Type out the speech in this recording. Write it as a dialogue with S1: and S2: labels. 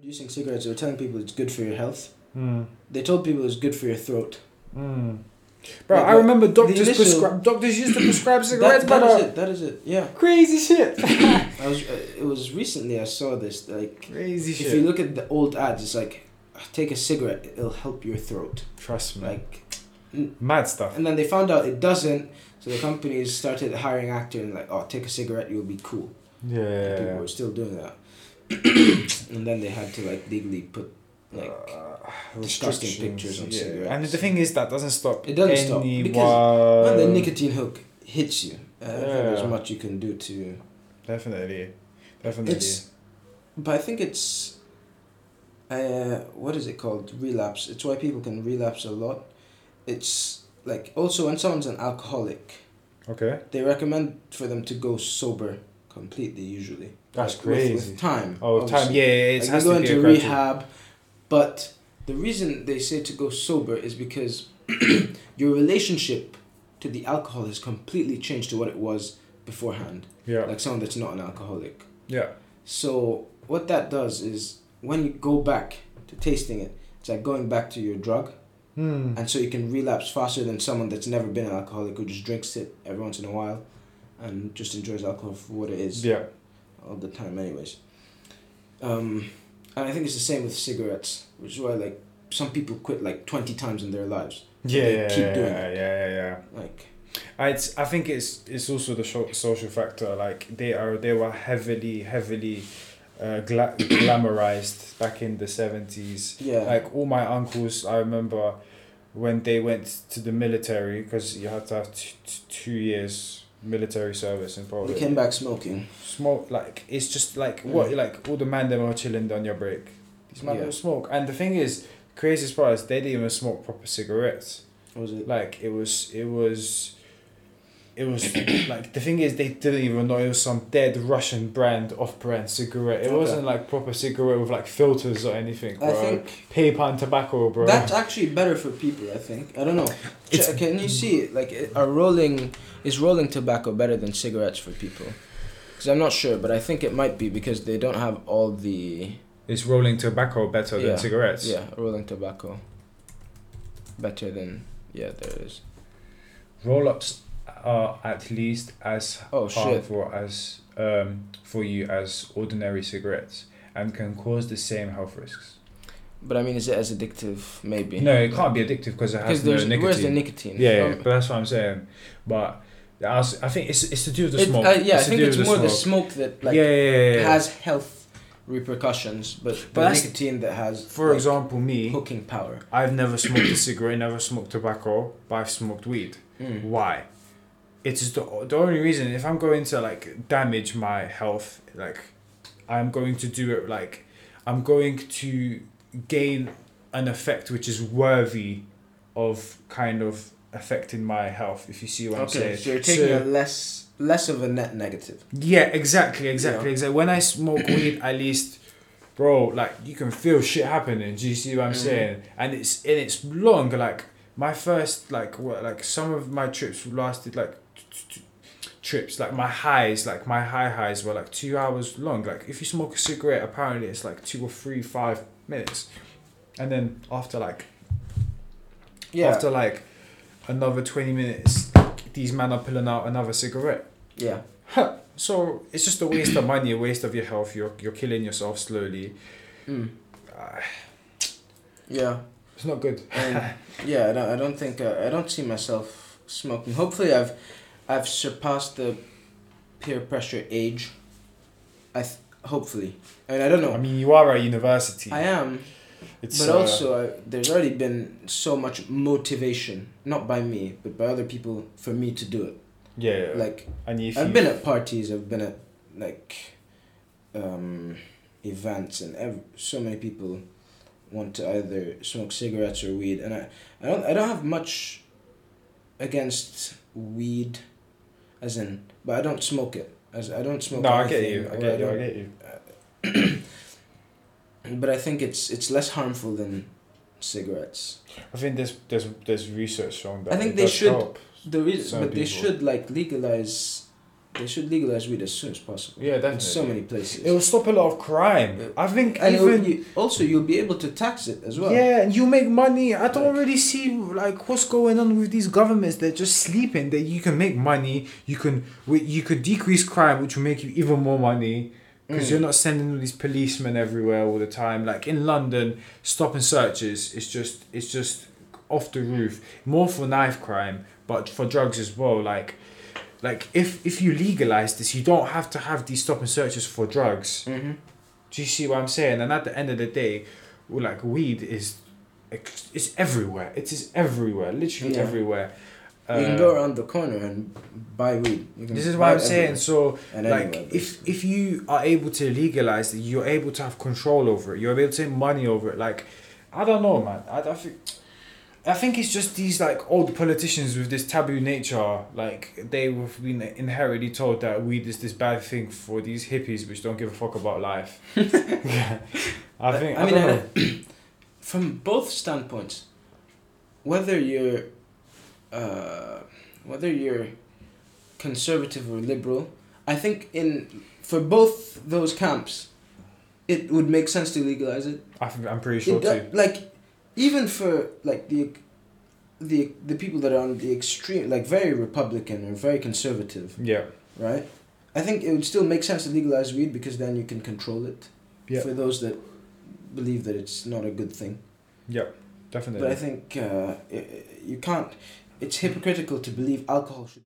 S1: using cigarettes, they were telling people it's good for your health.
S2: Mm.
S1: They told people it's good for your throat.
S2: Mm. Bro,
S1: Hmm. Like,
S2: I
S1: like,
S2: remember doctors
S1: initial-
S2: prescribe doctors used to prescribe cigarettes,
S1: That- that is
S2: but uh,
S1: it. That is it. Yeah.
S2: crazy shit.
S1: I was. Uh, it was recently I saw this. Like,
S2: crazy
S1: if you look at the old ads, it's like, "Ah, take a cigarette. It'll help your throat.
S2: Trust me,
S1: Like,
S2: mad stuff.
S1: and then they found out it doesn't. So the companies started hiring actors and like, oh, take a cigarette. You'll be cool. And People
S2: Yeah.
S1: were still doing that. and then they had to like legally put like.
S2: Uh,
S1: disgusting
S2: restrictions,
S1: pictures on cigarettes.
S2: And the thing is, that doesn't stop.
S1: It doesn't stop,
S2: anyone.
S1: when the nicotine hook hits you, uh, I don't think there's
S2: uh, Yeah.
S1: much you can do to.
S2: Definitely, definitely.
S1: It's, but I think it's, uh, what is it called? Relapse. It's why people can relapse a lot. It's like also when someone's an alcoholic,
S2: okay.
S1: they recommend for them to go sober completely. Usually,
S2: That's
S1: Like, with- With,
S2: crazy.
S1: time.
S2: Oh, time.
S1: obviously.
S2: Yeah, yeah, it
S1: Like,
S2: has
S1: you go
S2: to be a
S1: into
S2: gradual-
S1: rehab, but the reason they say to go sober is because your relationship to the alcohol has completely changed to what it was beforehand.
S2: Yeah,
S1: Like someone that's not an alcoholic.
S2: yeah.
S1: So what that does is when you go back to tasting it, it's like going back to your drug,
S2: Hmm.
S1: and so you can relapse faster than someone that's never been an alcoholic who just drinks it every once in a while, and just enjoys alcohol for what it is
S2: Yeah.
S1: all the time anyways um, and i think it's the same with cigarettes which is why like some people quit like 20 times in their lives
S2: Yeah,
S1: They
S2: yeah,
S1: keep
S2: yeah,
S1: doing
S2: yeah, yeah, yeah.
S1: like
S2: I, it's, I think it's it's also the sho- social factor. Like they are, they were heavily, heavily, uh, gla- glamorized back in the seventies.
S1: yeah
S2: Like all my uncles, I remember when they went to the military because you had to have t- t- two years military service in
S1: they
S2: Poland.
S1: came back smoking
S2: smoke like it's just like what like all the man them are chilling on your break. These man
S1: Yeah.
S2: don't smoke, and the thing is, craziest part is they didn't even smoke proper cigarettes
S1: What was it
S2: like it was it was it was like the thing is they didn't even know it was some dead Russian brand off brand cigarette. It
S1: Okay.
S2: wasn't like proper cigarette with like filters or anything, bro.
S1: i think
S2: Paper and tobacco, bro.
S1: that's actually better for people i think i don't know
S2: It's-
S1: Check- can you see it like it- are rolling is rolling tobacco better than cigarettes for people because i'm not sure but i think it might be because they don't have all the
S2: Is rolling tobacco better
S1: Yeah.
S2: than cigarettes?
S1: yeah rolling tobacco better than yeah there is
S2: Roll ups are at least as
S1: oh shit
S2: harmful as um, for you as ordinary cigarettes and can cause the same health risks.
S1: But I mean, is it as addictive? Maybe.
S2: No, it can't be addictive because it
S1: Because
S2: has no
S1: there's
S2: nicotine.
S1: where's the nicotine?
S2: Yeah, yeah,
S1: Um,
S2: but that's what I'm saying. But I, was, I think it's it's to do with the
S1: it-
S2: smoke.
S1: uh, yeah, I
S2: to
S1: think
S2: do
S1: it's
S2: with
S1: more the smoke that like
S2: yeah, yeah, yeah, yeah.
S1: has health repercussions, but,
S2: But
S1: the
S2: that's-
S1: nicotine that has
S2: For
S1: like,
S2: example, me,
S1: hooking power.
S2: I've never smoked a cigarette, never smoked tobacco, but I've smoked weed.
S1: Hmm.
S2: Why? It is the the only reason. If I'm going to like damage my health, like I'm going to do it like I'm going to gain an effect which is worthy of kind of affecting my health. If you see what I'm
S1: Okay,
S2: saying.
S1: so you're taking
S2: So-
S1: a less less of a net negative.
S2: Yeah, exactly, exactly,
S1: Yeah.
S2: exactly. When I smoke weed, at least, bro, like you can feel shit happening. Do you see what I'm
S1: Mhm.
S2: saying? And it's and it's long. Like my first, like what, like some of my trips lasted like t- t- t- trips. Like my highs, like my high highs were like two hours long. Like if you smoke a cigarette, apparently it's like two or three, five minutes, and then after like
S1: Yeah,
S2: after like another twenty minutes, these men are pulling out another cigarette.
S1: yeah,
S2: Huh. So it's just a waste of money, a waste of your health. You're you're killing yourself slowly.
S1: mm.
S2: Ah,
S1: yeah,
S2: It's not good.
S1: and yeah. I don't, I don't think uh, I don't see myself smoking. Hopefully, I've I've surpassed the peer pressure age. I th- hopefully, I mean, I don't
S2: I
S1: know.
S2: mean, you are at university.
S1: I am,
S2: It's,
S1: but
S2: uh,
S1: also, I, there's already been so much motivation, not by me, but by other people, for me to do it.
S2: yeah. Like,
S1: Like,
S2: and if
S1: I've
S2: you,
S1: been at parties, I've been at, like, um, events, and ev- so many people want to either smoke cigarettes or weed, and I, I don't, I don't have much against weed, as in, but I don't smoke it. As I don't smoke.
S2: no, I get
S1: anything,
S2: you. I
S1: or
S2: get you. I
S1: don't-
S2: get you.
S1: But I think it's it's less harmful than cigarettes.
S2: I think there's there's there's research on that.
S1: I think
S2: It
S1: they
S2: does
S1: should-
S2: help.
S1: The reason,
S2: Some
S1: but they
S2: people.
S1: should like legalize They should legalize weed as soon as possible.
S2: Yeah,
S1: In
S2: definitely.
S1: so many places.
S2: It will stop a lot of crime. I think
S1: and it will-
S2: even
S1: you- also, you'll be able to tax it as well.
S2: Yeah, and you make money. I don't really see like what's going on with these governments. They're just sleeping. That you can make money. You can wi- you could decrease crime, which will make you even more money because
S1: Mm.
S2: you're not sending all these policemen everywhere all the time. Like in London, stop and searches. It's just it's just off the roof. More for knife crime, but for drugs as well. Like. Like if, if you legalize this, you don't have to have these stop and searches for drugs.
S1: hmm
S2: Do you see what I'm saying? And at the end of the day, well, like weed is, ex- it's everywhere. It is everywhere, literally
S1: Yeah.
S2: everywhere. Uh,
S1: you can go around the corner and buy weed. You can
S2: this is
S1: buy
S2: what I'm
S1: it
S2: saying.
S1: everywhere
S2: So,
S1: And
S2: like,
S1: anywhere,
S2: if if you are able to legalize it, you're able to have control over it. You're able to take money over it. Like, I don't know, man. I, I think. I think it's just these like old politicians with this taboo nature. Like they have been inherently told that weed is this bad thing for these hippies, which don't give a fuck about life. yeah. I
S1: But,
S2: think.
S1: I
S2: I,
S1: mean,
S2: don't
S1: I-
S2: know.
S1: from both standpoints, whether you're, uh, whether you're conservative or liberal, I think in for both those camps, it would make sense to legalize it.
S2: I think I'm pretty sure
S1: it do-
S2: too.
S1: like, even for like the, the the people that are on the extreme, like very Republican or very conservative,
S2: Yeah.
S1: right? I think it would still make sense to legalize weed because then you can control it.
S2: Yeah.
S1: For those that believe that it's not a good thing.
S2: Yeah. Definitely.
S1: But I think uh, i- i- you can't. It's hypocritical to believe alcohol should.